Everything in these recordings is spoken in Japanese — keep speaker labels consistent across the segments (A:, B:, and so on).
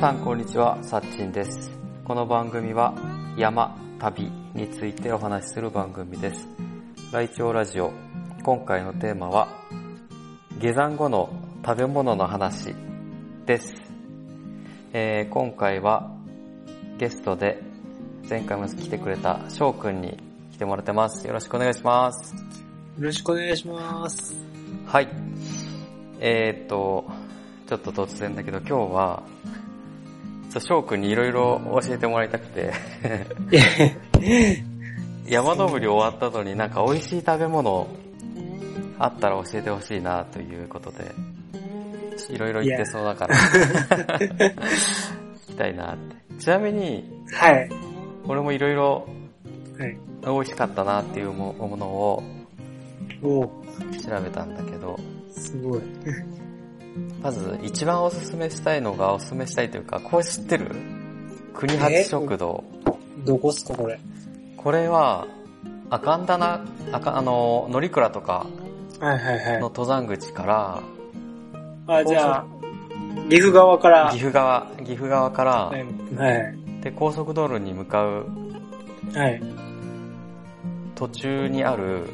A: さんこんにちは、さっちんです。この番組は山、旅についてお話しする番組です。ライチョウラジオ、今回のテーマは、下山後の食べ物の話です。えー今回はゲストで前回も来てくれた翔くんに来てもらってます。よろしくお願いします。
B: よろしくお願いします。
A: はい。えー、っと、ちょっと突然だけど、今日は、ちょっと翔くんにいろいろ教えてもらいたく て、山登り終わった後になんか美味しい食べ物あったら教えてほしいなということで、いろいろ言ってそうだから、聞きたいなって。ちなみに、
B: はい。
A: 俺もいろいろ
B: はい。
A: 美味しかったなっていうもものを
B: おー
A: 調べたんだけど、
B: すごい。
A: まず一番おすすめしたいのがおすすめしたいというか、これ知ってる国八食堂。
B: どこっすか、これ。こ
A: これは、アカンダナ、アカあの、乗鞍とか
B: はいはい
A: の
B: は
A: 登山口か
B: い。あ、じゃあ、岐阜側から。
A: ら、岐阜側、岐阜側から、
B: はい。
A: で、高速道路に向かう
B: はい。
A: 途中にある、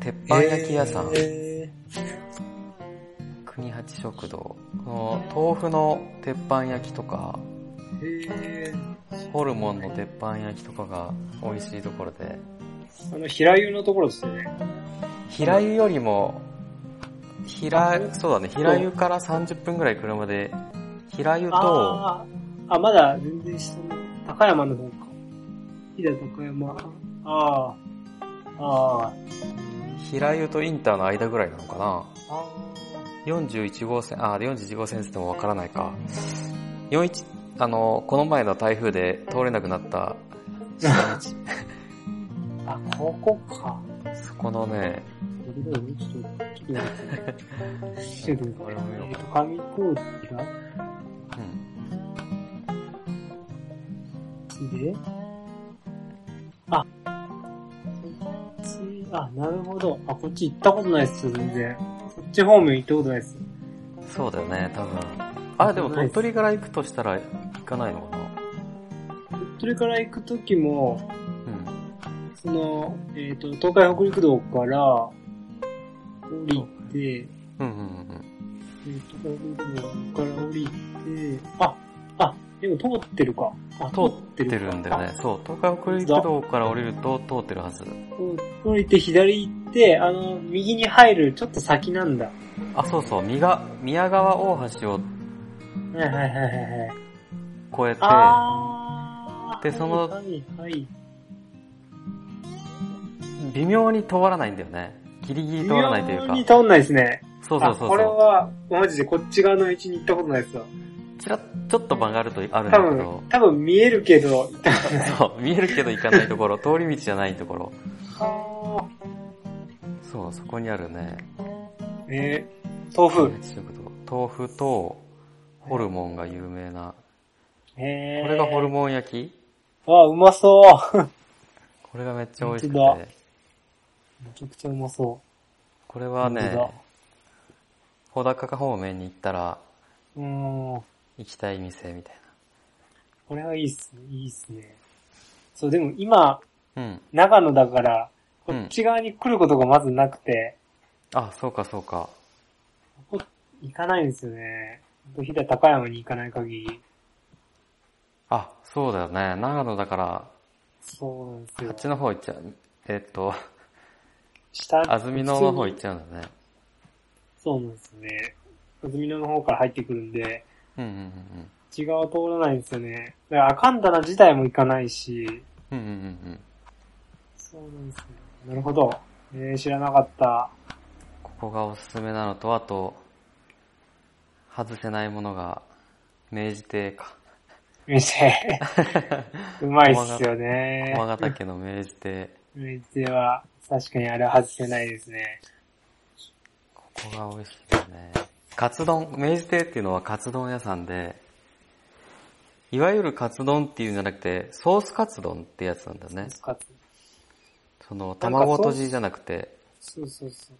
A: 鉄板焼き屋さん、
B: え
A: 国八食堂。この豆腐の鉄板焼きとか、
B: ー、え
A: ホルモンの鉄板焼きとかが美味しいところで、
B: ー、あの、平湯のところですよね。
A: 平湯よりも、平、そうだね、平湯から30分ぐらい車で、平湯と、
B: あーあ、まだ全然下の、高山の方か。飛騨高山。ああ。ああ。
A: 平湯とインターの間ぐらいなのかな
B: あ
A: ?41 号線、あ、41号線って言ってもわからないか。41、あの、この前の台風で通れなくな った、
B: ーあ、ここか。
A: そこのね、
B: ちょっと、ちょっと待って、ちょっと待
A: 俺もよ
B: って、紙飛行機が、
A: うん、
B: で、あ、つあ、なるほど。あ、こっち行ったことないっすよ、全然。こっち方面行ったことないっす。
A: そうだよね、多分。あ、でも鳥取から行くとしたら行かないのかな
B: 鳥取から行くときも、
A: うん。
B: その、えっ、と、東海北陸道から、降りて、
A: うんうんうん
B: えーと東海北陸道から降りて、あ、あ、でも通ってるか。あ、
A: うん。通ってるんだよね。そう、東海北陸道から降りると通ってるはず。
B: 降りて左行って、あの、右に入るちょっと先なんだ。
A: あ、そうそう、宮が宮川大橋を
B: はいはいはいはいはい。
A: 越え
B: あー
A: でその
B: はいはい。
A: て、微妙に通らないんだよね。ギリギリ通らないと
B: 微妙
A: いう
B: に
A: か。
B: 通んないですね。
A: そうそ
B: あ、
A: うそう
B: これ
A: そ
B: は、マジでこっち側の道に行ったことないですわ。
A: う。ちらちょっと曲がるとあるんだ
B: 多
A: けど
B: 分、、多分見えるけど、 行ったこ
A: そう、見えるけど行かないと ころ、通り道じゃないところ。
B: と
A: そう、そこにあるね。
B: ないえー、豆腐。
A: 食堂豆腐と、ホルモンが有名な。
B: えー、
A: これがホル
B: モ
A: モン焼き
B: ン。あ、うまそう。
A: これがめっちゃ美味しく
B: 本当だ
A: て。
B: めちゃくちゃうまそ
A: これは
B: 本当だ
A: ね、小高方面に行ったら
B: う。うーん。
A: 行きたい店みたい
B: これはいいっすね。いいっすね。そう、でも今、
A: な。うん。
B: 長野だから、こ
A: うん
B: っち側に来ることがまずなくて、
A: あ、そうかそうか。
B: 行かないんですよね。飛騨高山に行かない限り。
A: あ、そうだよね。長野だから、
B: そうなんです
A: あ
B: よ
A: っ。ちの方行っちゃう。えっと、
B: 下、
A: 安曇野の方行っちゃうんだね。
B: そうなんですよね。安曇野の方から入ってくるんで、
A: うんうん
B: 内側通らないんですよね。だから、アカンダナ自体も行かないし、
A: うんうん。うんうんうんうん。
B: そうなんですね。なるほど。えー、知らなかった。
A: ここがおすすめなのと、あと、外せないものが、明治亭か。
B: 店。うまいっすよね。
A: 駒ヶ岳の明治亭。
B: 店は、確かにあれは外せないですね。
A: ここが美味しいよね。カツ丼、明治亭っていうのはカツ丼屋さんで、いわゆるカツ丼っていうんじゃなくて、ソースカツ丼ってやつなんだよね。
B: かつ
A: その、卵とじじゃなくて、
B: そうそうそう。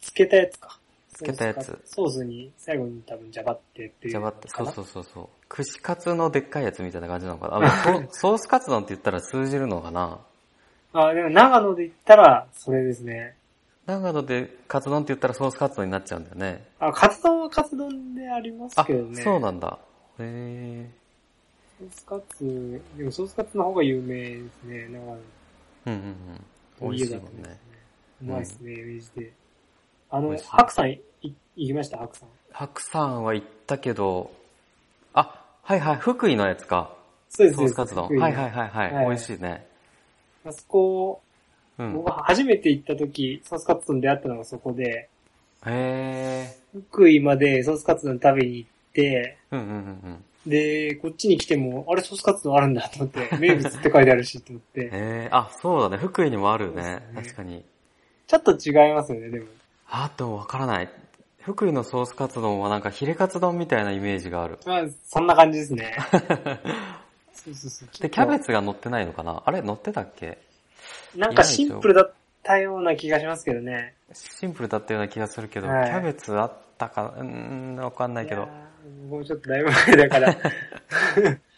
B: つけたやつか。
A: つけたやつ。
B: ソースに最後に多分ジャバってっていう。。
A: じゃばって、そうそううそうそう。串カツのでっかいやつみたいな感じなのかな。 あでもソソースカツ丼って言ったら通じるのかな。
B: あ、でも長野で言ったら、それですね。
A: 長野でカツ丼って言ったらソースカツ丼になっちゃうんだよね。
B: あ、カツ丼はカツ丼であります
A: あ、
B: けどね。
A: そうなんだ。へ
B: ソースカツ、でもソースカツの方が有名ですね、長野。
A: え。うんうんうん。美味しいもんね。
B: うまいですね、イメージで。あの
A: 美味し、い
B: 白さんい、い行きました、白さん。
A: 白山は行ったけど、あ、はいはい、福井のやつか。
B: そうです
A: ソースカツ丼。
B: 福井の
A: はいはいはいはい。
B: はい
A: 美味しいね。
B: あそこ、
A: うん。
B: 僕初めて行った時、ソースカツ丼出会ったのがそこで、
A: へえ。
B: 福井までソースカツ丼食べに行って、
A: うんうんうんうん。
B: で、こっちに来ても、あれソースカツ丼あるんだと思 って、名物って書いてあるしと思って、
A: へえ。あ、そうだね。福井にもあるね。
B: そうですね
A: 確かに。
B: ちょっと違いますよね、でも。
A: あ、でもわからない。福井のソースカツ丼はなんかヒレカツ丼みたいなイメージがある。
B: まあ、そんな感じで すね。そうそうそう。
A: で、キャベツが乗ってないのかなあれ乗ってたっけ
B: なんかシンプルだったような気がしますけどね。
A: シンプルだったような気がするけど、
B: はい
A: キャベツあったか、うーん、わかんないけ
B: い
A: ど
B: や。ー。もうちょっとだいぶ前 だから、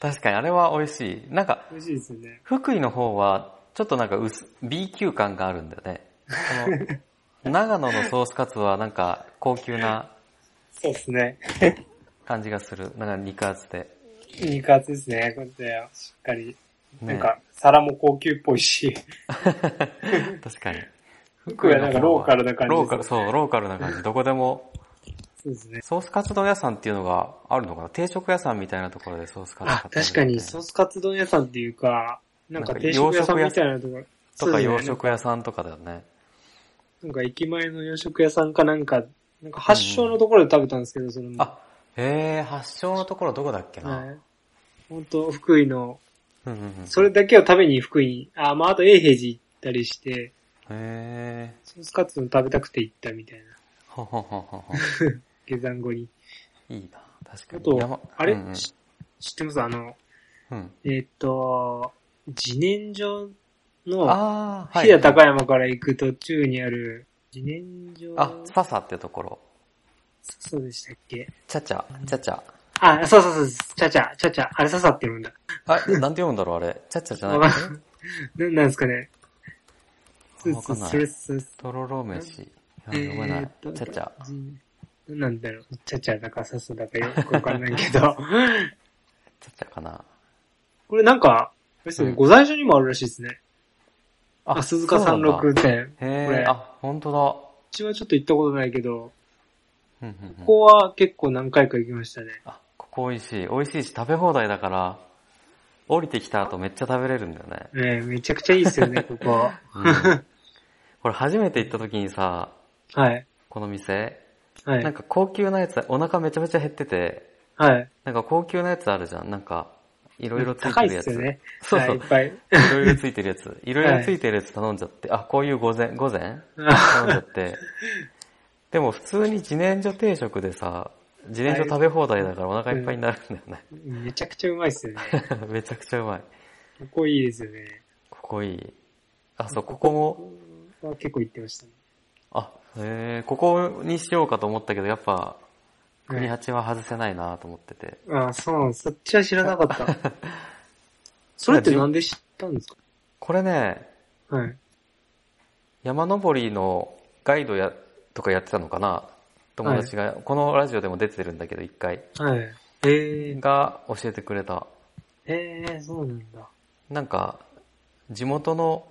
A: 確かにあれは美味しい。なんか、
B: 美味しいですよね。
A: 福井の方は、ちょっとなんか薄、B 級感があるんだよね。 その長野のソースカツはなんか高級な
B: そうですね。
A: 感じがする。なんか肉厚で。
B: 肉厚ですね、こうやってしっかり。
A: ね
B: なんか、皿も高級っぽいし、
A: 確かに。
B: 福井はなんかローカルな感じ
A: ローカル、そう、ローカルな感じ。どこでも、
B: そうですね。
A: ソースカツ丼屋さんっていうのがあるのかな定食屋さんみたいなところでソースカツ買
B: あ
A: っ、て
B: 確かに、
A: そ
B: ソースカツ丼屋さんっていうか、なんか定食屋さんみたいなところ。
A: とか
B: そう
A: 洋
B: ですね
A: 食屋さんとかだよね。
B: なんか駅前の洋食屋さんかなんか、なんか発祥のところで食べたんですけど、それも。
A: あ、へえ、発祥のところどこだっけな、
B: はい。本当福井の、
A: うんうんうん。
B: それだけを食べに福井に、あ、まああと永平寺行ったりして、
A: へえ、
B: ソースカツ丼食べたくて行ったみたいな。
A: ほほほほ ほ。
B: 下山後に。
A: いいな、確か
B: あ
A: に。
B: と
A: 山、
B: あれ、
A: うんうん
B: し知ってますあの、
A: うん、
B: えーっと、自燃所の、
A: ああ、
B: 飛騨高山から行く途中にある、自燃所、
A: あ、ササってところ。
B: そうでしたっけ
A: チャチャ、チャチャ。
B: あ、そうそうそうです、ちゃちゃ、ちゃちゃ、あれささって読むんだ。
A: あ、なんて読むんだろう、あれ。チャチャじゃ
B: わ
A: な
B: か
A: く
B: ん
A: て
B: ななんですかね。そう
A: わ
B: そ
A: か
B: うん
A: ない
B: それそうです。
A: とろろ飯。いや読めない。チャチャ。
B: ャ。なんだろう、ちゃちゃだかささだかよくわかんないけ ど。
A: チャチャかな。
B: これなんか、あれですね、
A: うん
B: ご在所にもあるらしいですね。あ、鈴鹿
A: そうなんだ
B: 36店。
A: へ
B: こ
A: え
B: れ、
A: あ、本当
B: うちはちょっと行ったことないけど、
A: だ。うんうんうん
B: ここは結構何回か行きましたね。
A: あ、ここ美味しい。美味しいし食べ放題だから、降りてきた後めっちゃ食べれるんだよね。
B: ねえめちゃくちゃいいで すよね、ここ。
A: うん、これ初めて行った時にさ、
B: はい。
A: この店、
B: は
A: なん
B: い。
A: か高級なやつ、お腹めちゃめちゃ減ってて、
B: はい。
A: なんか高級なやつあるじゃん。なんか、いろいろつい
B: 高
A: て
B: い
A: る
B: で
A: や
B: す
A: つ。
B: よね。
A: そう
B: は
A: そ
B: い、いうっ。ぱい。
A: いろいろついてるや つ。いろいろついてるやつ頼んじゃって、あ、こういう午前、午前頼んじゃって。でも普通に自然薯定食でさ、自然薯食べ放題だからお腹いっぱいになるんだよね。
B: めちゃくちゃうまいですよね。
A: めちゃくちゃうまい。
B: ここいいですよね。
A: ここいい。あ、そう、ここも、
B: は結構行ってましたね。
A: あ、へえ、ここにしようかと思ったけど、やっぱ、国
B: はい
A: 八は外せないなと思ってて。
B: あそうなんですそっちは知らなかった。 それってなんで知ったんです
A: これね、
B: かはい。
A: 山登りのガイドや、とかやってたのかな友達が、このラジオでも出てるんだけど、一回。
B: はい。えー、
A: が教えてくれた。
B: えー、そうなんだ。
A: なんか、地元の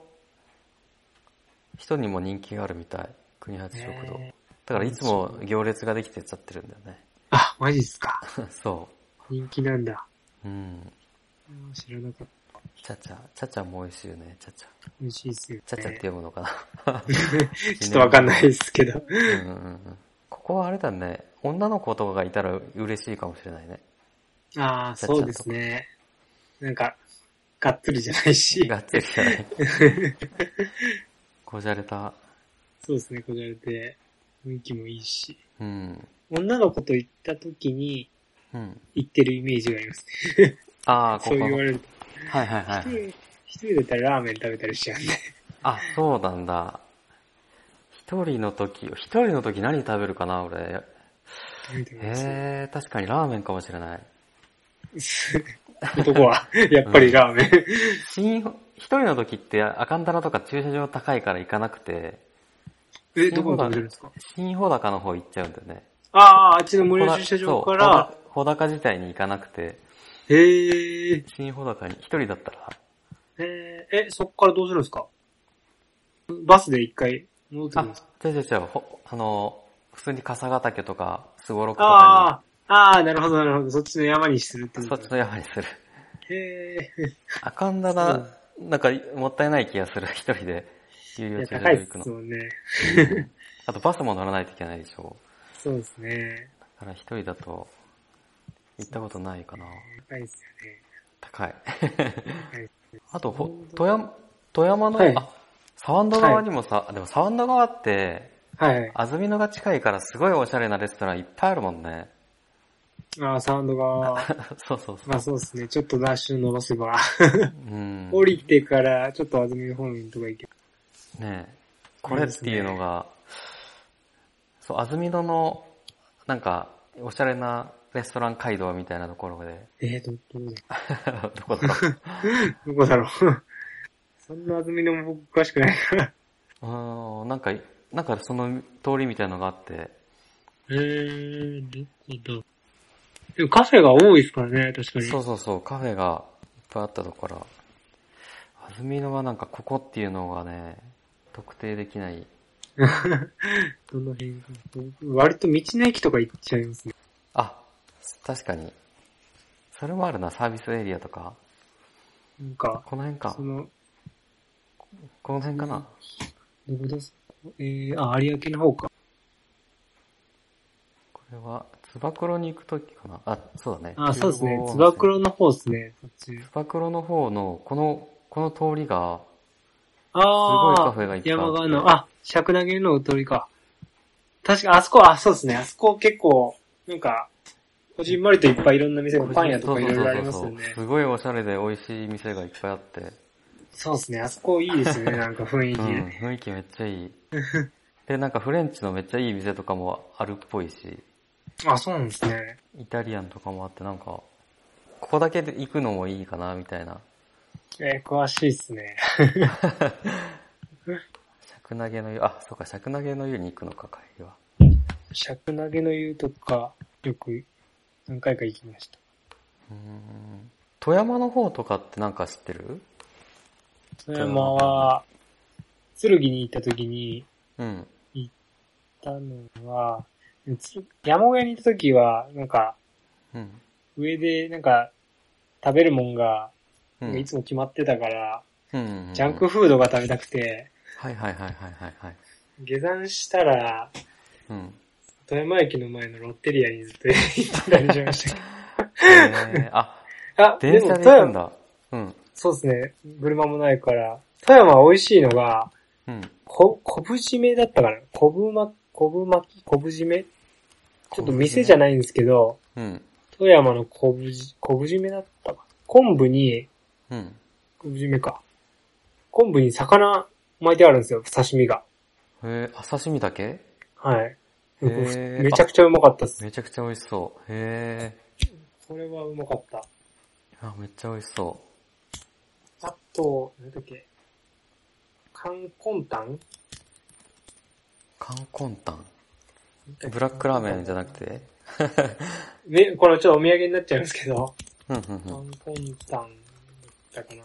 A: 人にも人気があるみたい。国八食堂。
B: えー
A: だからいつも行列ができてっちゃってるんだよね。
B: あ、マジっすか。
A: そ
B: 人気なんだ。
A: う。うん。
B: うん知らなかった。
A: チャチャ、チャチャも美味しいよね、チャチャ。
B: 美味しいっすよ、ね。
A: チャチャって読むのかな。
B: ちょっとわかんないですけ ど。
A: うんうんうん。ここはあれだね、女の子とかがいたら嬉しいかもしれないね。
B: ああ、
A: ちゃちゃと
B: そうですね。なんか、がっつりじゃないし。
A: がっつりじゃ ない。こじゃれた。
B: そうですね、こじゃれて。雰囲気もいいし。
A: うん。
B: 女の子と行った時に
A: うん。
B: 行ってるイメージがありますね。
A: ああ、こ
B: そ
A: こ。
B: う言わ
A: はい
B: れると。
A: はいはい
B: 一。人、一人だったらラーメン食べたりしちゃうんで。
A: あ、そうなんだ。一人の時、一人の時何食べるかな、俺。
B: 食べてみます
A: えー、確かにラーメンかもしれない。
B: 男は、やっぱりラーメン。
A: 新、一人の時って、アカンダラとか駐車場高いから行かなくて、
B: え、どこに食べてるんですか
A: 新穂高の方行っちゃうんだよね。
B: ああ、あっちの無料駐車場から、
A: ほだか自体に行かなくて、
B: へー
A: 新穂高に一人だったら、
B: えー、え、そこからどうするんですかバスで一回戻ってく
A: あ
B: るんですか、
A: 違う違う違う、ほあの、普通に笠ヶ岳とか、すごろくとか
B: ああ、ああ、なるほど、なるほど。そっちの山にするって
A: に、
B: こ
A: そ
B: と
A: っちの山にする。
B: へ
A: あかんだな、なんか、もったいない気がする、一人で、有
B: え。い
A: 料
B: や
A: 駐車
B: 高
A: 場
B: い
A: 行
B: で
A: くの
B: す。もんね。
A: あと、バスも乗らないといけないでしょ。
B: そうですね。
A: だから、一人だと、行ったことないかな。
B: 高いですよね。
A: 高い。
B: 高いっす
A: あと、ほ富山、富山の、
B: はい
A: あ、沢ンダ川にもさ、でも沢ンダ川って、
B: はいはい。
A: 安曇野が近いからすごいおしゃれなレストランいっぱいあるもんね。
B: ああ、サウンドが、
A: そうそうそう。
B: まあそうですね。ちょっとダッシュ伸ばせば。
A: うん。
B: 降りてから、ちょっと安住方面とか行け
A: ねえこれっていうのが、そう、安曇野の、なんか、おしゃれなレストラン街道みたいなところで、
B: えー、ど、どうだ
A: どこだろう
B: どこだろう。 そんな安住の僕詳しくないから。
A: うーん、なんか、なんかその通りみたいなのがあって、
B: えー、どこだでもカフェが多いですからね、確かに。
A: そうそうそう、カフェがいっぱいあったところ。安曇野はなんかここっていうのがね、特定できない。
B: どの辺か。割と道の駅とか行っちゃいますね。
A: あ、確かに。それもあるな、サービスエリアとか。
B: なんか、
A: この辺か
B: そ。の、
A: この辺かな。
B: どこですかえー、あ、有明の方か。
A: これは、つば九郎に行くときかな。あ、そうだね。
B: あ、そうですね。
A: 15
B: つば九郎の方ですね、こっち。
A: つば九郎の方の、この、この通りが、
B: あ
A: す
B: ー、
A: ごいカフェがいっぱいあって
B: 山側の、あ、尺投げの通りか。確か、あそこ、あ、そうですね。あそこ結構、なんか、こじんまりといっぱいいろんな店が、パン屋とかいろいろありますよ
A: そうそうそう
B: ね
A: そう。すごいおしゃれで美味しい店がいっぱいあって、
B: そうですね。あそこいい ですよね、なんか雰囲気。
A: うん、雰囲気めっちゃ いい。で、なんかフレンチのめっちゃいい店とかもあるっぽいし、
B: あ、そうなんですね。
A: イタリアンとかもあって、なんか、ここだけで行くのもいいかな、みたいな。
B: えー、詳しいですね。
A: 尺投げの湯、あ、そうか、尺投げの湯に行くのか、帰りは。
B: 尺投げの湯とか、よく、何回か行きました。
A: うーん富山の方とかってなんか知ってる
B: 富山は、剣に行った時に、
A: うん。
B: 行ったのは、つ山小屋に行った時は、なんか、
A: うん。
B: 上で、なんか、食べるもんが、
A: うん。
B: いつも決まってたから、
A: うんうんうん
B: ジャンクフードが食べたくて、
A: はいはいはいはいはい はい。
B: 下山したら、
A: うん。
B: 富山駅の前のロッテリアにずっと行ってたりしましたけ
A: えー、あ、
B: ど。 あ、で
A: 電
B: も
A: 車で行
B: 富
A: くん
B: 山、
A: だ。うん。
B: そうですね、車もないから、富山は美味しいのが、
A: うん。
B: こ、昆布締めだったかな昆布ま、昆布巻き昆布締めちょっと店じゃないんですけど、
A: うん。
B: 富山の昆布じ、昆布締めだったか。昆布に、
A: うん。
B: 昆布締めか。昆布に魚巻いてあるんですよ、刺身が。
A: へえ、あ、刺身だけ
B: はい。
A: へー
B: めちゃくちゃうまかったっす。
A: めちゃくちゃ美味しそう。へ
B: これはうまかった。
A: え。あ、めっちゃ美味しそ
B: あと、なんだっけ。カンコンタン
A: う。カンコンタン。ブラックラーメンじゃなくて
B: ね、これちょっとお土産になっちゃうんですけど。
A: うんうん
B: カ
A: うん。
B: ンコンタンだったかな。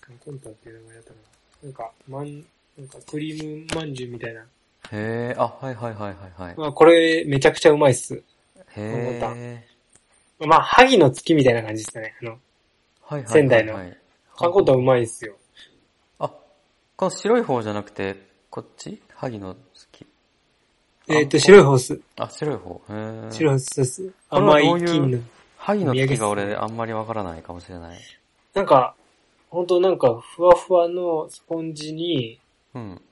B: カンコンタンっていう名前だったかな。なんか、まん、なんかクリームまんじゅうみたいな。
A: へえ、あ、はいはいはいはいはい。
B: まあ、これめちゃくちゃうまいっす。
A: へえ。
B: まあ、萩の月みたいな感じですかね。あの、
A: はいはいはいはい。
B: 仙台のカンコンタンうまいっすよ。
A: あ、この白い方じゃなくて、こっち萩の月。あ
B: えっ、と、白いホース。
A: あ、白い方。へー
B: 白いホースです。
A: これは
B: 甘い
A: どういう
B: 金の。
A: 萩の月が
B: お土産
A: 俺
B: っす
A: あんまりわからないかもしれない。
B: なんか、ほんとなんか、ふわふわのスポンジに、
A: うん。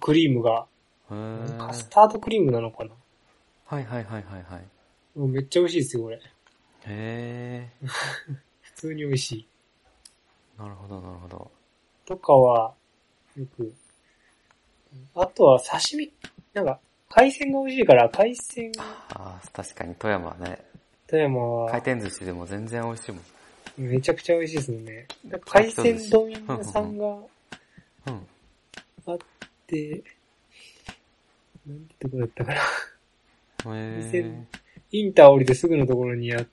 B: クリームが、
A: へー
B: カスタードクリームなのかな
A: はいはいはいはいはい。
B: もうめっちゃ美味しいですよ、これ。
A: へえ。
B: 普通に美味しい。
A: なるほどなるほど。
B: とかは、よく、あとは刺身、なんか、海鮮が美味しいから、海鮮、
A: ああ、確かに富山はね、
B: 富山は
A: 回、転寿司でも全然美味しいもん。
B: めちゃくちゃ美味しいですもんね。なんか海鮮丼屋さんが
A: うん。
B: あって、なんてとこだったかな。
A: へ
B: 店
A: え。
B: インター降りてすぐのところにあっ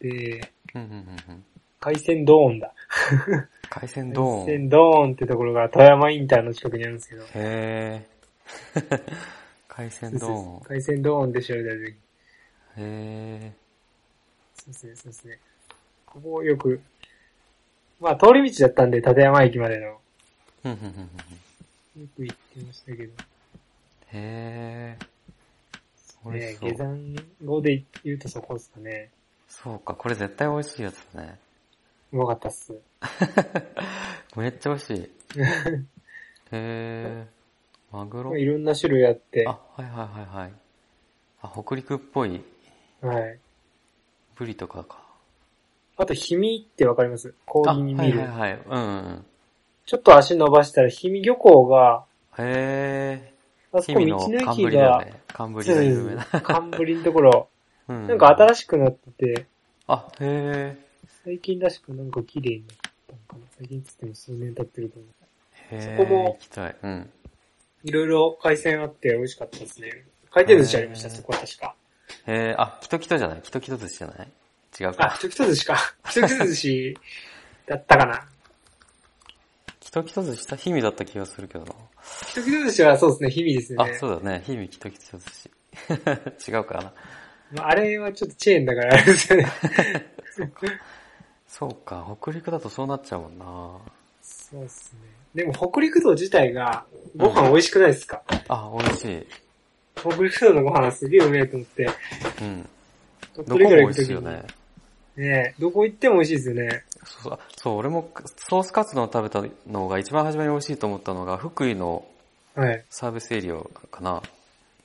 B: て、
A: うんうんうんうん。
B: 海鮮ドーンだ。
A: 海鮮
B: 海
A: 丼。へ
B: 鮮ドーンってところが富山インターの近くにあるんですけど。
A: え。 海鮮丼。
B: 海鮮ドーンで調べた時
A: へえ。
B: そうですね、そうですね。ここをよく、まあ通り道だったんで、立山駅までの、よ
A: うんうんうんうんうん。
B: く行ってましたけど。
A: へえ。美味
B: ね
A: し、そ
B: 下
A: う。
B: 山後で言うとそこですかね。
A: そうか、これ絶対美味しいやつだね。
B: うまかったっす。
A: めっちゃ美味しい。へ え。マグロ
B: いろんな種類あって、
A: あ
B: は、
A: はいはいはいはい。あ、北陸っぽい
B: い。
A: ブリとかか。
B: あと、ひみってわかります氷
A: あ、
B: に
A: は
B: 見
A: い
B: る。
A: はいはい。うんうんうん。
B: ちょっと足伸ばしたら、ひみ漁港が、
A: へえ。
B: あそこ道
A: 氷見
B: の
A: 寒
B: 駅
A: ぶりだよ
B: が、
A: ね。寒ぶり
B: そう
A: が
B: で
A: 有名な。
B: す。冠のところ、
A: うん
B: なんか新しくなってて、
A: あ、へ
B: 最近らしくなんか綺麗になったのかな。最近っつっても数年経ってると思う。
A: え。へえ。
B: そこも
A: 行きたい。うん。
B: いろいろ海鮮あって美味しかったですね。回転寿司ありました、
A: へー
B: そこは確か。
A: へえ、あ、キトキトじゃないキトキト寿司じゃない違う
B: あ、
A: か。
B: 一つ寿 司か。一つ寿司だったかな。
A: キトキト寿司さ、氷見だった気がするけどな。
B: 一つ寿司はそうですね、日々ですね。
A: あ、そうだね。氷見キトキト寿司。違 うからな。
B: まあ、あれはちょっとチェーンだからあれですよね。
A: そうか、北陸だとそうなっちゃうもんな。
B: そうですね。でも北陸道自体がご飯美味しくないですか、
A: あ、美味しい。
B: 北陸道のご飯はすげえうめえと思って。
A: うん。
B: 鳥
A: どこも
B: か
A: 美
B: ら行く
A: 味
B: 時
A: しいよね。
B: にねえどこ行っても美味しいですよね。
A: そう、あそう俺もソースカツ丼を食べたのが一番初めに美味しいと思ったのが、福井の
B: はい。
A: サービスエリアかな。
B: は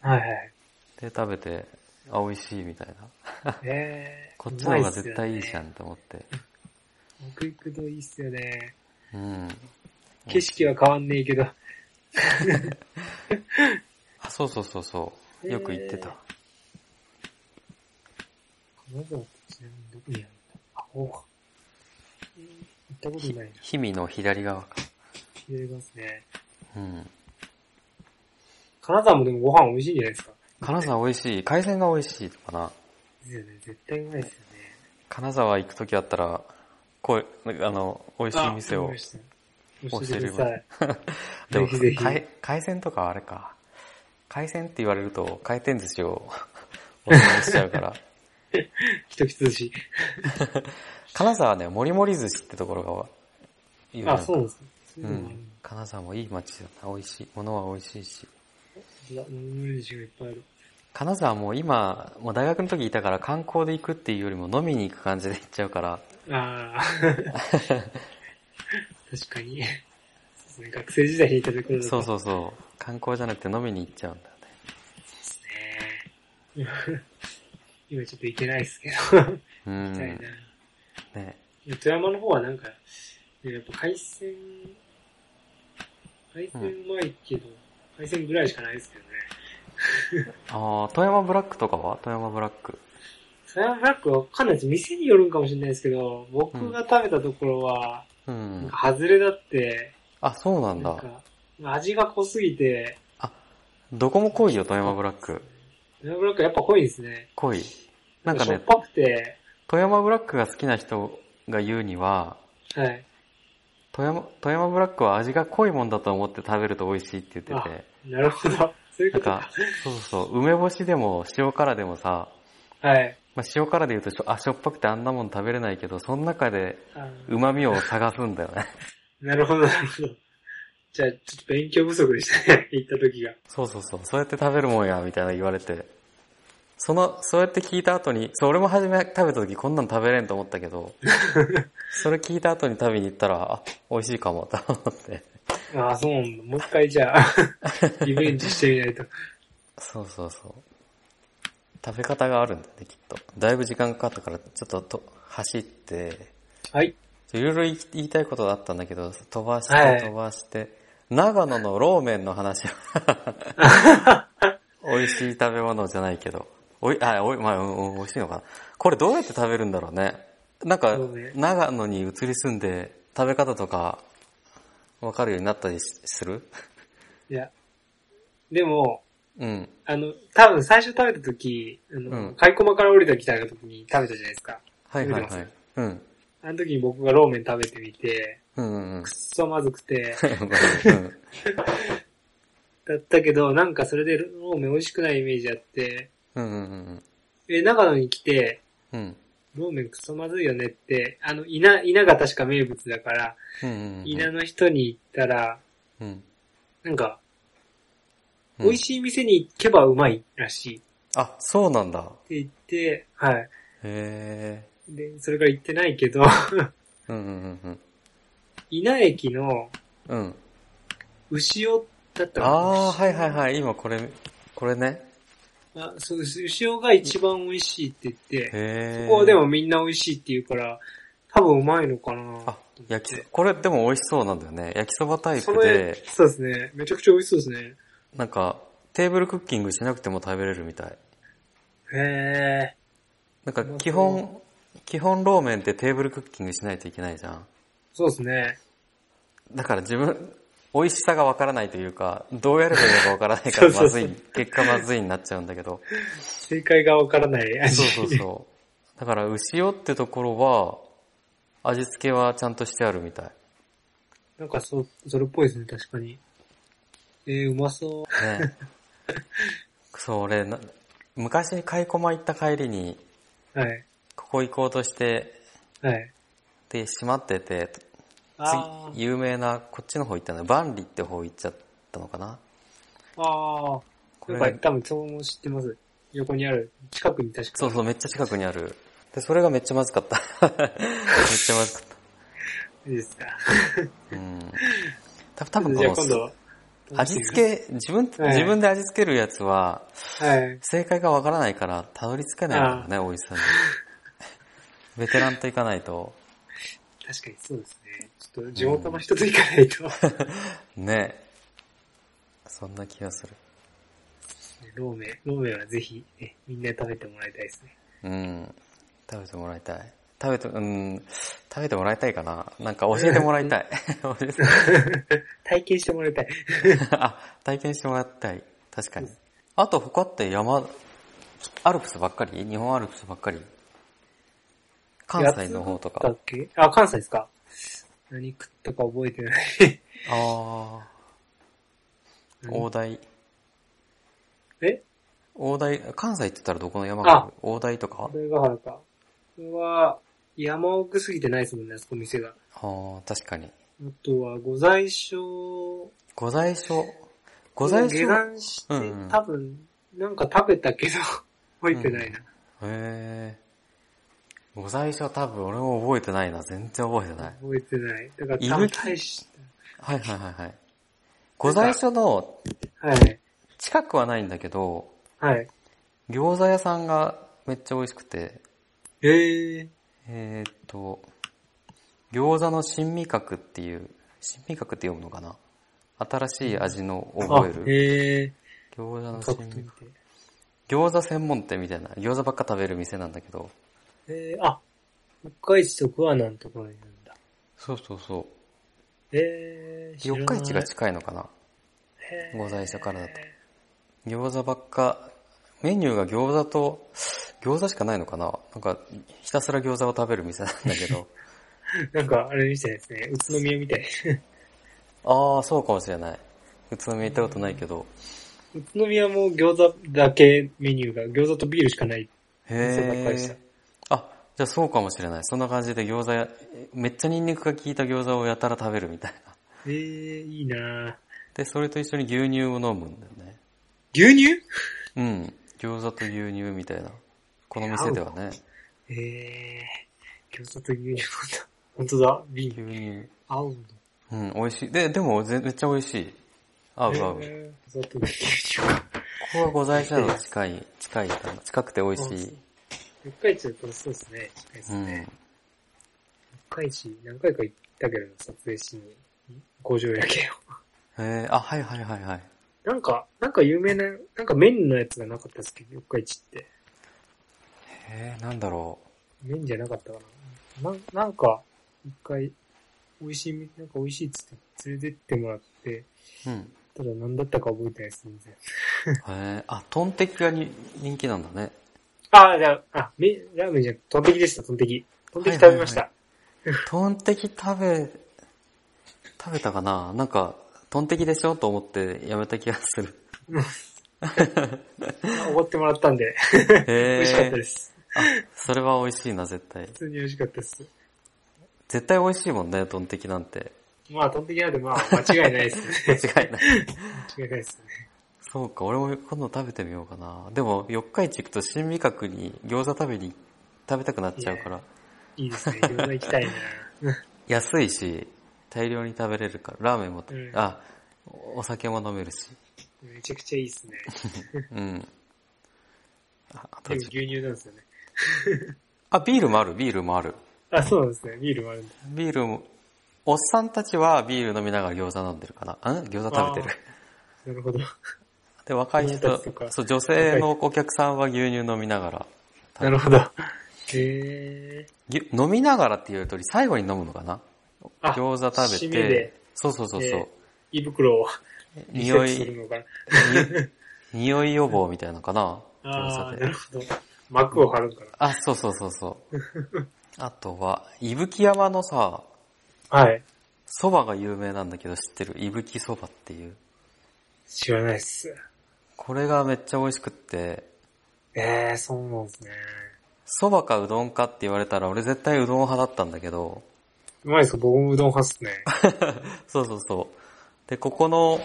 B: いはい。
A: で、食べて、あ、美味しいみたいな。
B: ええ
A: こっちの方が絶対いいじゃんと思って。
B: ん。北陸道いいっすよね。
A: うん。
B: 景色は変わんねえけど。
A: あ、そうそうそうそう。よく行ってた。
B: 金沢ってちなみにどこにあるんだあ、こうか。えー行ったことないな。
A: 氷見の左側か。
B: 気になりますね。
A: うん。
B: 金沢もでもご飯美味しいんじゃないですか。
A: 金沢美味しい。海鮮が美味しいかな。
B: ですよね。絶対うまいですよね。
A: 金沢行くときあったら、こう、あの、美味しい店
B: あ
A: を
B: 美味。しい教えてください。
A: でも
B: ぜひぜひ
A: 海海鮮とかはあれか。海鮮って言われると、回転寿司 をおすすめしちゃうから。
B: ひときつ寿司。
A: 金沢はね、もりもり寿司ってところが有名な
B: あ、
A: の
B: そうなんですね。そう
A: う
B: いうのもある
A: ん。金沢もいい街だな。美味しい。物は美味しいし。
B: んだ。いや、無理寿司がいっぱいある。
A: 金沢も今、もう大学の時いたから観光で行くっていうよりも飲みに行く感じで行っちゃうから、
B: あー。 確かに。そうですね。学生時代にいたところだと
A: そうそうそう。観光じゃなくて飲みに行っちゃうんだよね。
B: ね。今ちょっと行けないですけど。み
A: う
B: たい
A: ん。
B: な。
A: ね。
B: 富山の方はなんか、ねやっぱ海鮮、海鮮うまいけど、海鮮ぐらいしかないですけどね。
A: ああ、富山ブラックとかは富山ブラック。
B: サヤブラックわかんないです。店によるんかもしれないですけど、僕が食べたところは、
A: う
B: なん
A: ん。
B: か外れだって、
A: あ、そうなん
B: なん
A: だ。
B: か、味が濃すぎて、
A: どこも濃いよ、富山ブラック。
B: サヤブラックやっぱ濃いですね。
A: 濃い。なんか
B: しょっ
A: ね、
B: ぱくて、
A: 富山ブラックが好きな人が言うには、
B: はい。
A: 富山、富山ブラックは味が濃いもんだと思って食べると美味しいって言ってて。
B: なるほど。そういう
A: な
B: こ
A: ん
B: とか
A: か。、そうそう、梅干しでも塩辛でもさ、
B: はい。
A: まあ、塩辛で言うとしょ、あ、しょっぱくてあんなもん食べれないけど、その中で
B: あー
A: 旨味を探すんだよね。
B: なるほど、なるほど。じゃあ、ちょっと勉強不足でしたね。 行った時が。
A: そうそうそう、そうやって食べるもんや、みたいな言われて。その、そうやって聞いた後に、そう、俺も初め食べた時こんなん食べれんと思ったけど、それ聞いた後に食べに行ったら、あ、美味しいかも、と思って。
B: ああ、そうなんだ。もう一回じゃ あ、リベンジしてみないと。
A: そうそうそう。食べ方があるんだね、きっと。だいぶ時間かかったから、ちょっとと走って、
B: はい。
A: いろいろ言い言いたいことがあったんだけど、飛ばし
B: は
A: て
B: い
A: 飛ばして、長野のローメンの話。 美味しい食べ物じゃないけど。おい、あ、おい、まあ、うんうん美味しいのかな。これどうやって食べるんだろうね。なんか
B: そうね、
A: 長野に移り住んで、食べ方とか、わかるようになったりしする
B: いや。でも、
A: うん。
B: あの、多分最初食べた時、あの、
A: うん
B: カイコマから降りた機体の時に食べたじゃないですか。
A: はいはい
B: 食べ
A: は
B: て
A: い。うん。
B: あの時に僕がローメン食べてみて、
A: うんうんうん。
B: くっそまずくて、
A: うん
B: だったけど、なんかそれでローメン美味しくないイメージあって、
A: うんうんうん
B: え、長野に来て、
A: うん。うん
B: ローメンくそまずいよねって、あの、稲、稲が確か名物だから、
A: うんうんうん。
B: 稲の人に行ったら、
A: うん。
B: なんか、
A: うん
B: 美味しい店に行けばうまいらしいって
A: あ、そうなんだ。
B: 言って、はい。
A: へ
B: で、それから行ってないけど、
A: え。うんうんうん
B: 稲駅の
A: うん。うん。
B: 牛尾だったかな
A: ああー、はいはいはい。今これ、これね。
B: あそう、牛尾が一番美味しいって言って、
A: へえ。
B: ここでもみんな美味しいって言うから、多分うまいのかな
A: あ、焼きそ、これでも美味しそうなんだよね。焼きそばタイ
B: そ
A: プ
B: の
A: で、
B: そうですね。めちゃくちゃ美味しそうですね。
A: なんか、テーブルクッキングしなくても食べれるみたい。
B: へえ。
A: なんか
B: うまそう
A: 基本、基本ローメンってテーブルクッキングしないといけないじゃん。
B: そうですね。
A: だから自分、美味しさがわからないというか、どうやればいいのかわからない からま
B: そうそうそ
A: ず
B: う
A: い、結果まずいになっちゃうんだけど。
B: 正解がわからない味。
A: そうそうそう。だから、牛尾ってところは、味付けはちゃんとしてあるみたい。
B: なんかそ、それっぽいですね、確かに。えー、うまそう。
A: ね。そう、俺、な昔、カイコマ行った帰りに、
B: はい。
A: ここ行こうとして、
B: はい。
A: で、閉まってて、
B: あー
A: 次、有名な、こっちの方行ったの、バンリって方行っちゃったのかな。
B: あ
A: こ
B: ー。な
A: れ
B: んか多分そうも知ってます。横にある。近くに確か
A: そうそう、めっちゃ近くにある。で、それがめっちゃまずか った。めっちゃまずかっ
B: いいですか。
A: た。うん。た多分
B: じ
A: こ
B: ゃあ
A: の
B: 今度。
A: 味付け、自分、
B: はい
A: 自分で味付けるやつは、
B: けはい。
A: 正解がわからないから、たどり着けないんだろうね、おじさんに。ベテランと行かないと。
B: 確かにそうですね。ちょっと地元の人と行かないと。
A: ねそんな気がする。
B: ローメン、ローメンはぜひ、ね、みんなで食べてもらいたいですね。
A: うん。食べてもらいたい。食べて、うん、食べてもらいたいかな。なんか教えてもらい たい。教えて
B: 体験してもらいたい。
A: あ、体験してもらいたい。確かに。あと他って山、アルプスばっかり日本アルプスばっかり関西の方と
B: だ
A: か
B: っ。けあ、関西ですか。何食ったか覚えてない。
A: ああ、大台。
B: え
A: 大台、関西って言ったらどこの山がある
B: あ
A: 大台とか
B: これが原か。これは、山奥すぎてないですもんね、あそこ店が。
A: ああ、確かに。
B: あとは、御在所。
A: 御在所。御在所
B: 下山して、
A: うんうん
B: 多分、なんか食べ たけど、覚えてないな。
A: へえ。御在所は多分俺も覚えてないな。全然覚えてない。
B: 覚えてない。だから、
A: 息
B: 多分大し
A: はいはいはいはい。御在所の
B: た。はい。
A: 近くはないんだけど、
B: はい。
A: 餃子屋さんがめっちゃ美味しくて、
B: ええ
A: えー、っと、餃子の新味覚っていう、新味覚って読むのかな新しい味の覚え
B: あ、
A: る。
B: へえ
A: 餃子の
B: ー。
A: 新味覚。餃子専門店みたいな、餃子ばっか食べる店なんだけど、
B: えー、あ、四日市と桑名のところになんだ。
A: そうそうそう。
B: えー、
A: 四日市が
B: 知
A: 近いのかな
B: らない
A: 御在所からだと。餃子ばっか、メニューが餃子と、餃子しかないのかななんか、ひたすら餃子を食べる店なんだけ ど。
B: なんか、あれみたいですね。宇都宮みたい。
A: ああ、そうかもしれない。宇都宮行ったことないけど。
B: 宇都宮も餃子だけメニューが、餃子とビールしかない。店ばっか
A: へ
B: りでした
A: え。あ、じゃあそうかもしれない。そんな感じで餃子や、めっちゃニンニクが効いた餃子をやたら食べるみたいな。
B: えー、いいなぁ。
A: で、それと一緒に牛乳を飲むんだよね。
B: 牛乳
A: うん。餃子と牛乳みたいな。この店ではね。
B: えー、餃子と牛乳なんだ。 本当だ、
A: 牛
B: 瓶。
A: 乳。
B: 合うの。
A: うん、美味しい。で、でもぜめっちゃ美味しい。合う合う。
B: えー、餃子と牛乳か。
A: ここは御在所の近い、近いかな、近くて美味しい。
B: 四日市だとそうですね。近いです
A: う
B: ね
A: ん。。
B: 四日市、何回か行ったけど、撮影しに、工場夜景を。
A: えー、あ、はいはいはいはい。
B: なんか、なんか有名な、なんか麺のやつがなかったですけど、四日市って。
A: えー、なんだろ
B: 麺じゃなかったかな。なんなんか、一回、美味しいみ、なんか美味しいっつって連れてってもらって、
A: う。うん。
B: ただ何だったか覚えてないです、全然。
A: えー、あ、トンテキがに人気なんだね。
B: あ、じゃあ、あ、めラーメンじゃなくて、トンテキでした、トンテキ。トンテキ食べました。
A: はトンテキ食べ、食べたかななんか、トンテキでしょと思ってやめた気がす る。
B: あおごってもらったんで、
A: えー、
B: 美味しかったです。
A: それは美味しいな、絶対
B: 普。通に美味しかったです。
A: 絶対美味しいもんね、トンテキなんて。
B: まあ、トンテキなんで、まあ、間違いないですね。
A: 間 違いない。
B: 間違いないですね。
A: そうか、俺も今度食べてみようかな。でも、四日市行くと新味覚に餃子食べに、食べたくなっちゃうから。
B: いいですね。餃子行きたいな。
A: 安いし、大量に食べれるから、ラーメンも、
B: うん
A: あ、お酒も飲めるし。
B: めちゃくちゃいいですね。
A: うん。ああと
B: でも牛乳なんですよね。
A: あ、ビールもある、ビールもある。
B: あ、そうなんですね。ビールもあるんだ。
A: ビールも、おっさんたちはビール飲みながら餃子飲んでるかな。うん餃子食べてる。
B: なるほど。
A: で、若い
B: 女の
A: 人
B: 子たちと、か
A: そう、女性のお客さんは牛乳飲みながら。
B: なるほど。へえ
A: ぎ飲みながらっていうより最後に飲むのかな
B: あ
A: 餃子食べ
B: 締め
A: て
B: で、
A: そうそうそうそう、
B: 胃袋をリセ
A: 匂
B: ットする
A: い、
B: のかな。
A: 匂い予防みたいなのかな
B: あ
A: 餃子
B: あー、な
A: で
B: る。ほど。膜を張るのか
A: あ、そうそうそうそう。あとは、伊吹山のさ、
B: な。はい。
A: 蕎麦が有名なんだけど知ってる伊吹蕎麦っていう。
B: 知らないっす。
A: これがめっちゃ美味しくって、
B: ええー、そうなんですね。
A: 蕎麦かうどんかって言われたら俺絶対うどん派だったんだけど、
B: うまいっす。僕もうどん派っすね。
A: そうそうそう。で、ここの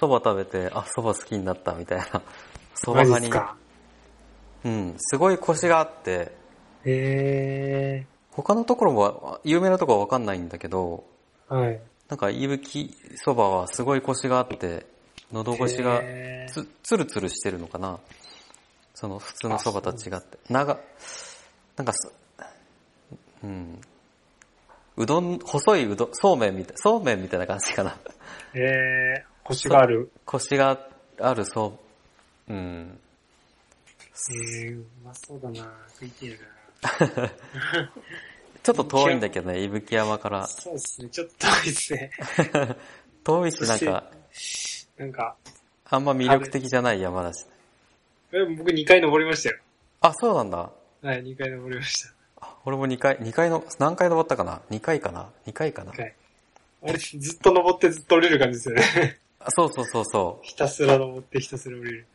A: 蕎麦食べて、あ、蕎麦好きになったみたいな。蕎麦
B: マジっ
A: 派
B: す
A: に。
B: か。
A: うん、すごいコシがあって、
B: へえ
A: 他のところも有名なところはわかんないんだけど、
B: ー。はい。
A: なんかいぶき蕎麦はすごいコシがあって、喉越しが
B: へー
A: つ、つるつるしてるのかなその普通の蕎麦と違って。長、なんかす、うん。うどん、細いうどん、そうめんみたい、そうめんみたいな感じかな。
B: えー、腰がある。
A: コシがあるそう、うん。
B: えー、うまそうだな食いてえ
A: ちょっと遠いんだけどね、伊吹山か
B: な
A: ら。
B: そうっすね。ちょっと遠いっすね。
A: 遠いし、なん
B: そ
A: か、
B: なんか、
A: あんま魅力的じゃない山だし。
B: え僕2回登りましたよ。
A: あ、そうなんだ。
B: はい、2回登りました。
A: あ俺も2回、2回の、何回登ったかな ?2 回かな ?2 回かな、
B: はい。あれ、ずっと登ってずっと降りる感じですよね。
A: あそうそうそうそう。
B: ひたすら登ってひたすら降りる。。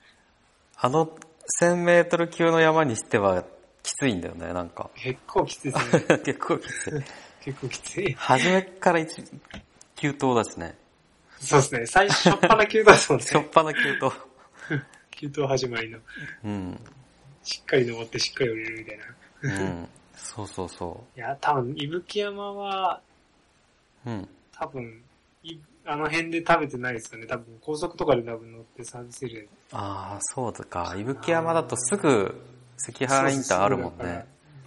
A: あの、1000メートル級の山にしては、きついんだよね、なんか
B: 結構きついですね。
A: 結構きつい。
B: 結構きつい。
A: 初めから一、急登だしね。
B: そうですね。最初、初っ端急登ですもん
A: しょっ
B: ね。
A: ぱな急登。
B: 急登始まりの。
A: うん。
B: しっかり登ってしっかり降りるみたいな。い
A: うん。そうそうそ
B: や、多分、伊吹山は、
A: う。うん。
B: 多分、いあの辺で食べてないですよね。多分、高速とかで多分乗ってサービスエリア
A: ああ、そうか。伊吹山だとすぐ、関原インターあるもんね。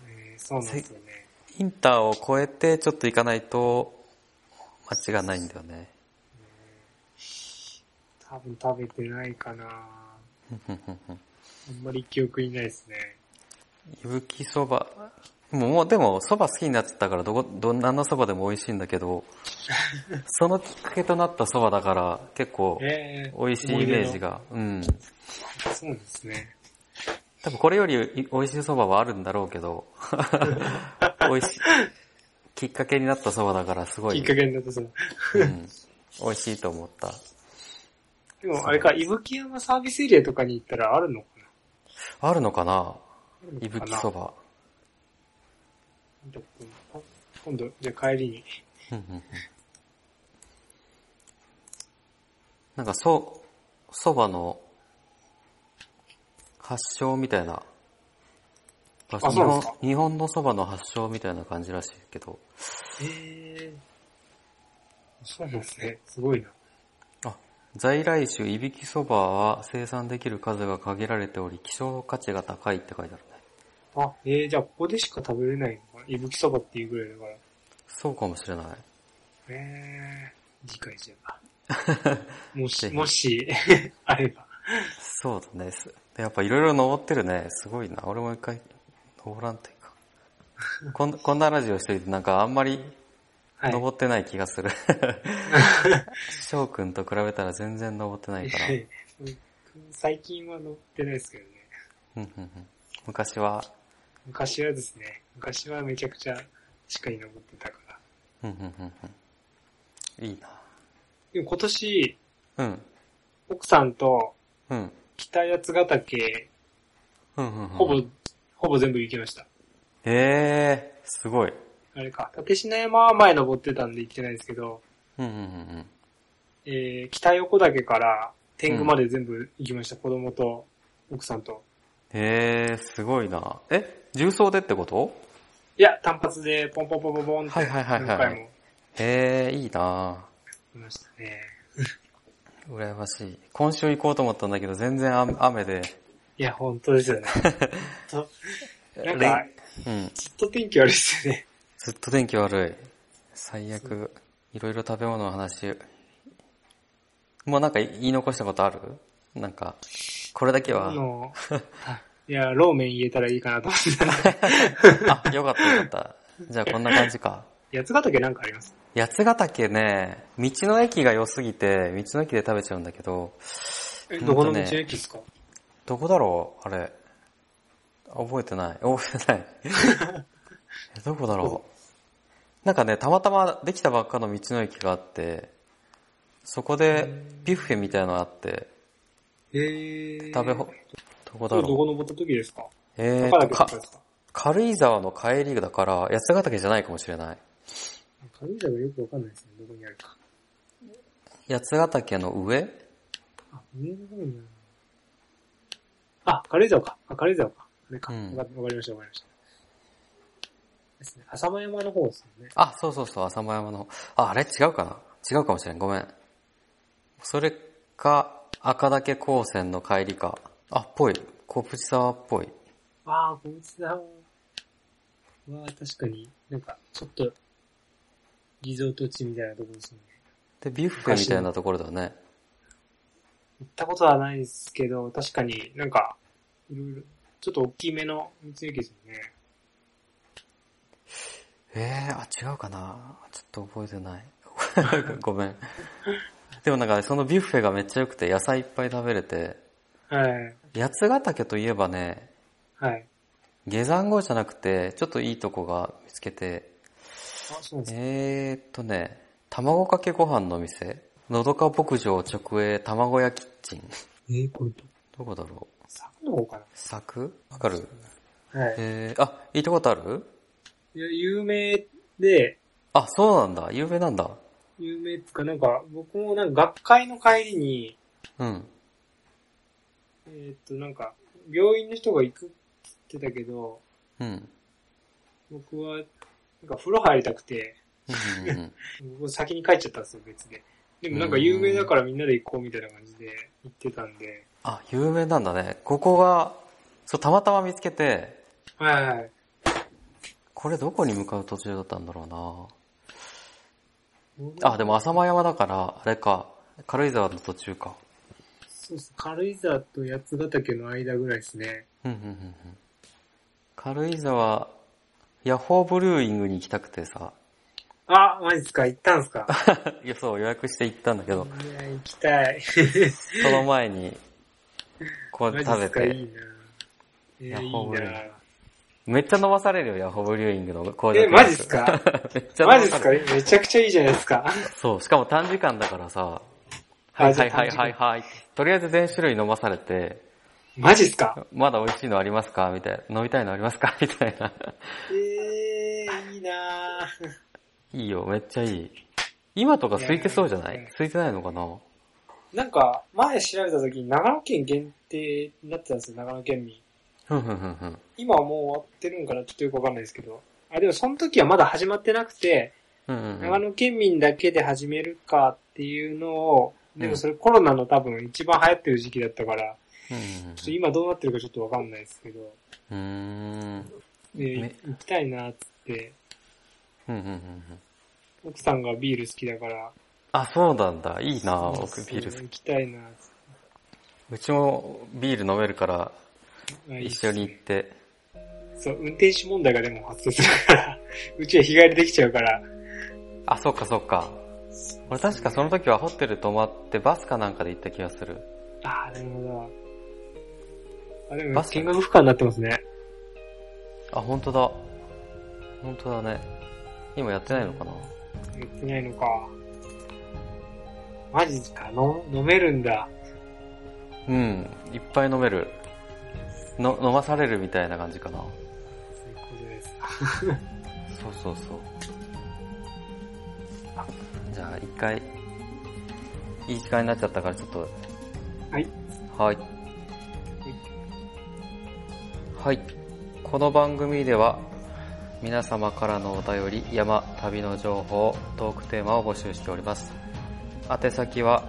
B: えーそうなんですよね。
A: インターを越えてちょっと行かないと、間違いないんだよね。
B: 多分食べてないかなあんまり記憶にないですね。
A: いぶきそば。もう、もうでも、そば好きになっちゃったから、どこ、どんなのそばでも美味しいんだけど、そのきっかけとなったそばだから、結構、
B: ええ
A: 美味しいイメージ。が。うん。
B: そうなんですね。
A: 多分これよりい美味しいそばはあるんだろうけど、 美味しい、きっかけになったそばだから、すご
B: き
A: い、
B: っかけになったそう。
A: うん、美味しいと思った。
B: でも、あれか、伊吹山サービスエリアとかに行ったらあるのかな
A: あるのかな
B: あるのかない
A: ぶきそば。
B: 今度、じゃあ帰りに。
A: うんうんうんなんか、そ、そばの発祥みたいな場所。
B: あそうなんですか
A: 日本日本のそばの発祥みたいな感じらしいけど。
B: ええそうなんですね。すごいな。
A: あ、在来種いびきそばは生産できる数が限られており、希少価値が高いって書いてあるね。
B: あ、ええじゃあここでしか食べれないのかな伊吹そばっていうぐらいだから。
A: そうかもしれない。
B: ええ次回じゃあ。 も
A: ぜ
B: し、
A: ひ
B: もし、 あれば。
A: そうだね。すやっぱいろいろ登ってるね。すごいな。俺も一回登らんというか。こん こんなラジオしてるとなんかあんまり
B: はい。
A: 登ってない気がす る。翔くんと比べたら全然登ってない から。
B: 最近は乗ってないですけどね。
A: うんうんうん昔は、
B: 昔はですね、昔はめちゃくちゃしっかり登ってたから。
A: うんうんうんうんいいな。
B: でも今年、
A: うん。
B: 奥さんと
A: うん。
B: 北八ヶ岳、
A: うんうんうん、
B: ほぼ、ほぼ全部行きました。
A: ええー、すごい。
B: あれか、立品山は前登ってたんで行ってないですけど、
A: うんうんうん
B: えー、北横岳から天狗まで全部行きました、子供と奥さんと。
A: ええー、すごいな。え重曹でってこと
B: いや、単発でポンポンポンポンポンって
A: はいはいはい
B: 何
A: はい。
B: 回も
A: ええー、いいな。
B: いましたね。
A: 羨ましい。今週行こうと思ったんだけど、全然雨雨で。
B: いや、本当で すよね。となんか、
A: うん。
B: ずっと天気悪いですよね。
A: ずっと天気悪い。最悪。いろいろ食べ物の話。もうなんか言い残したことあるなんか、これだけ
B: あ
A: は。
B: の、いや、ローメン入れたらいいかなと思ってたら。
A: あ、よかったよかった。じゃあこんな感じか。
B: 八ヶ岳なんかあります
A: 八ヶ岳ね、道の駅が良すぎて、道の駅で食べちゃうんだけど、
B: え、
A: うんとね
B: どこの道の駅ですか
A: どこだろうあれ。覚えてない。覚えてない。えどこだろうなんかね、たまたまできたばっかの道の駅があって、そこでビュッフェみたいなのあって、
B: えー、
A: 食べほ、どこ
B: こ
A: だ
B: れど
A: ろう
B: こ登った時ですか
A: え
B: 高
A: ーと、
B: 岳だ
A: か
B: ったんですか
A: 軽井沢の帰りだから、八ヶ岳じゃないかもしれない。
B: 軽井沢がよくわかんないですね、どこにあるか。
A: 八ヶ岳の上
B: あ、上の方にあるあ、軽井沢か。あ、軽井沢か。あれか。
A: う
B: わ、
A: ん
B: かわかりました、わかりました。ですね。浅間山の方ですよね。
A: あ、そうそうそう、浅間山の方。あ、あれ違うかな違うかもしれん。ごめん。それか、赤岳高専の帰りか。あ、っぽい。小淵沢っぽい。
B: ああ、小道さんは確かに、なんか、ちょっと、リゾート地みたいなところですよね。
A: で、ビュッフェみたいなところだよね。
B: 行ったことはないですけど、確かになんか、いろいろ、ちょっと大きめの道の駅ですよね。
A: えー、あ、違うかなちょっと覚えてない。 ごめん。でもなんか、そのビュッフェがめっちゃ良くて、野菜いっぱい食べれて、
B: はい。
A: 八ヶ岳といえばね、
B: はい。
A: 下山後じゃなくて、ちょっといいとこが見つけて、
B: あ、そうなんですね。
A: えーっとね、卵かけご飯の店、のどか牧場直営卵屋キッチン。
B: えー、これ、
A: どこだろう
B: 坂の方か
A: 柵わかる
B: なはい。
A: えー、あ、行ったことある
B: いや、有名で、
A: あ、そうなんだ。有名なんだ。
B: 有名っつうか、なんか、僕もなんか学会の帰りに、
A: うん。
B: えーっと、なんか、病院の人が行くって言ってたけど、
A: うん。
B: 僕は、なんか風呂入りたくて、
A: うんうんうん
B: 僕先に帰っちゃったんですよ、別で。でもなんか有名だからみんなで行こうみたいな感じで行ってたんで、
A: あ、有名なんだね。ここが、そう、たまたま見つけて、
B: はいはい。
A: これどこに向かう途中だったんだろうな。あ、でも浅間山だから、あれか。軽井沢の途中か。
B: そうです。軽井沢と八ヶ岳の間ぐらいですね。
A: うんうんうんうん軽井沢、ヤッホーブルーイングに行きたくてさ、
B: あ、マジっすか行ったんすか
A: いや、そう、予約して行ったんだけど、
B: いや、行きたい。
A: その前に、こ
B: マ
A: う
B: ジ
A: 食
B: っ
A: べ
B: すかい
A: て、
B: いなえや、い
A: い
B: い
A: やほぼね
B: な
A: めっちゃ飲まされるよ、ヤッホーブルーイングの工
B: え、マジっすか
A: めっちゃ飲ま
B: マジっす
A: さ
B: か
A: れる。
B: めちゃくちゃいいじゃないですか。
A: そう、しかも短時間だからさ、は
B: あ
A: い
B: じ
A: は
B: ゃ
A: い
B: あ
A: はいはいはい。とりあえず全種類飲まされて、
B: マジっすか
A: まだ美味しいのありますかみたいな。飲みたいのありますかみ たいな。
B: えー、いいない
A: いよ、めっちゃいい。今とか空いてそうじゃない
B: やい
A: い
B: や
A: 空いてないのかな
B: なんか、前調べた時に長野県限定になってたんですよ、長野県民。
A: ふんふんふんふん。
B: 今はもう終わってるんかなちょっとよくわかんないですけど。あ、でもその時はまだ始まってなくて、
A: うんうんうん
B: 長野県民だけで始めるかっていうのを、で
A: うん
B: もそれコロナの多分一番流行ってる時期だったから、
A: うん
B: ちょっと今どうなってるかちょっとわかんないですけど、
A: うんうん。うーん。
B: で
A: ね
B: 行きたいなっつって、
A: うんうんうんうん
B: 奥さんがビール好きだから、
A: あ、そうなんだ。いいな
B: そう
A: 僕ビール好き。
B: 行きたいな。
A: うちもビール飲めるから、
B: あいいっす
A: 一緒に行って。
B: そう、運転手問題がでも発生するから、 うちは日帰りできちゃうから。
A: あ、そっかそっか。俺確かその時はホテル泊まってバスかなんかで行った気がする。
B: ああ、なるほど。あ、でも
A: バス
B: 見学不可になってますね。
A: あ、本当だ。本当だね。今やってないのかな
B: やってないのか。マジか、の飲めるんだ。
A: うん。いっぱい飲める。の、飲まされるみたいな感じかな。
B: そういうことです。
A: そうそうそう。あ、じゃあ一回、いい時間になっちゃったからちょっと。
B: はい。
A: はい。はい。この番組では、皆様からのお便り、山、旅の情報、トークテーマを募集しております。宛先は、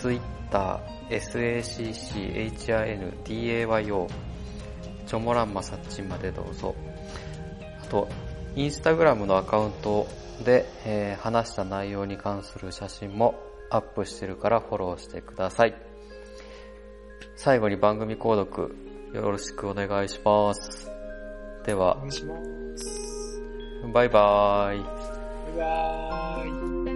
A: Twitter、sacchindao、チョモランマサッチンまでどうぞ。あと、インスタグラムのアカウントで、えー話した内容に関する写真もアップしてるからフォローしてください。最後に番組購読よろしくお願いします。で
B: お
A: は
B: 願、いします。
A: バイバーイ。
B: バイバーイ。